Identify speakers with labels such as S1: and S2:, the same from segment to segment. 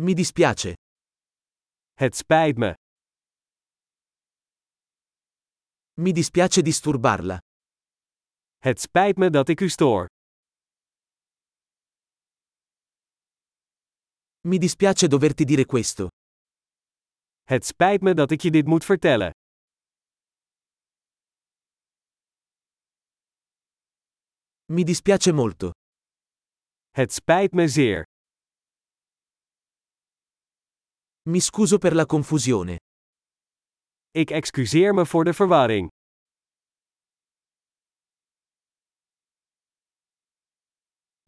S1: Mi dispiace.
S2: Het spijt me.
S1: Mi dispiace disturbarla.
S2: Het spijt me dat ik u stoor.
S1: Mi dispiace doverti dire questo.
S2: Het spijt me dat ik je dit moet vertellen.
S1: Mi dispiace molto.
S2: Het spijt me zeer.
S1: Mi scuso per la confusione.
S2: Ik excuseer me voor de verwarring.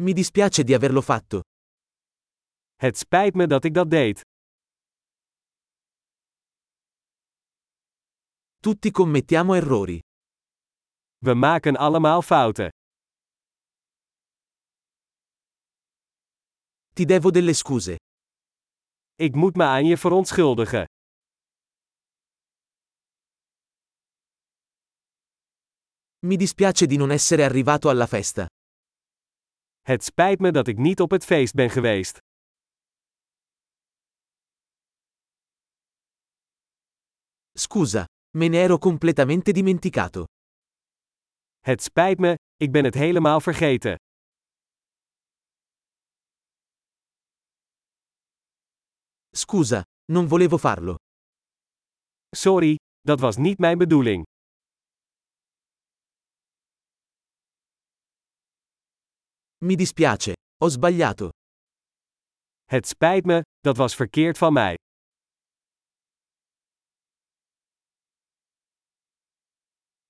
S1: Mi dispiace di averlo fatto.
S2: Het spijt me dat ik dat deed.
S1: Tutti commettiamo errori.
S2: We maken allemaal fouten.
S1: Ti devo delle scuse.
S2: Ik moet me aan je verontschuldigen.
S1: Mi dispiace di non essere arrivato alla festa.
S2: Het spijt me dat ik niet op het feest ben geweest.
S1: Scusa, me ne ero completamente dimenticato.
S2: Het spijt me, ik ben het helemaal vergeten.
S1: Scusa, non volevo farlo.
S2: Sorry, dat was niet mijn bedoeling.
S1: Mi dispiace, ho sbagliato.
S2: Het spijt me, dat was verkeerd van mij.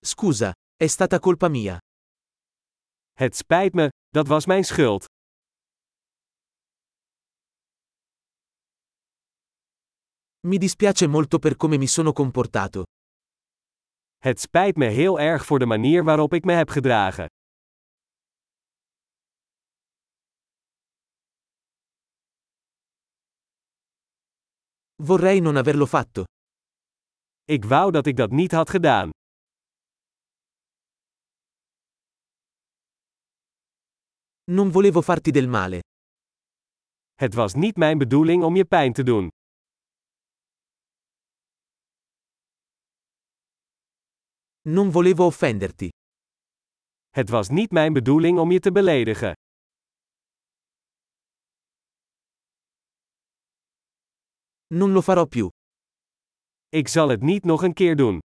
S1: Scusa, è stata colpa mia.
S2: Het spijt me, dat was mijn schuld.
S1: Mi dispiace molto per come mi sono comportato.
S2: Het spijt me heel erg voor de manier waarop ik me heb gedragen.
S1: Vorrei non averlo fatto.
S2: Ik wou dat ik dat niet had gedaan.
S1: Non volevo farti del male.
S2: Het was niet mijn bedoeling om je pijn te doen.
S1: Non volevo offenderti.
S2: Het was niet mijn bedoeling om je te beledigen.
S1: Non lo farò più.
S2: Ik zal het niet nog een keer doen.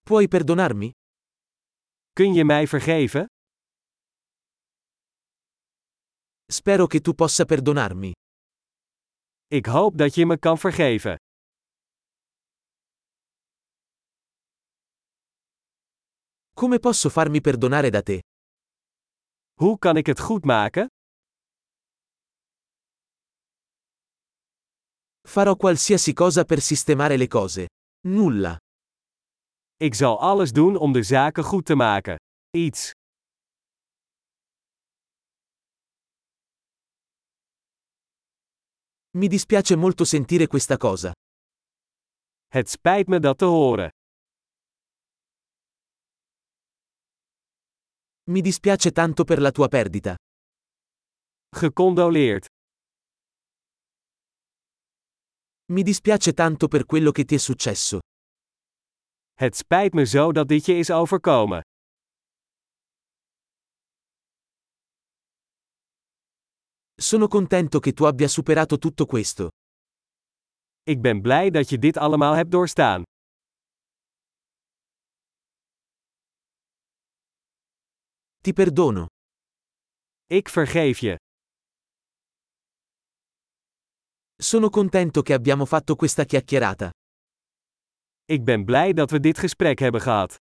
S1: Puoi perdonarmi?
S2: Kun je mij vergeven?
S1: Spero che tu possa perdonarmi.
S2: Ik hoop dat je me kan vergeven.
S1: Come posso farmi perdonare da te?
S2: Hoe kan ik het goed maken?
S1: Farò qualsiasi cosa per sistemare le cose. Nulla.
S2: Ik zal alles doen om de zaken goed te maken. Iets.
S1: Mi dispiace molto sentire questa cosa.
S2: Het spijt me dat te horen.
S1: Mi dispiace tanto per la tua perdita.
S2: Gecondoleerd.
S1: Mi dispiace tanto per quello che ti è successo.
S2: Het spijt me zo dat dit je is overkomen.
S1: Sono contento che tu abbia superato tutto questo.
S2: Ik ben blij dat je dit allemaal hebt doorstaan.
S1: Ti perdono.
S2: Ik vergeef je.
S1: Sono contento che abbiamo fatto questa chiacchierata.
S2: Ik ben blij dat we dit gesprek hebben gehad.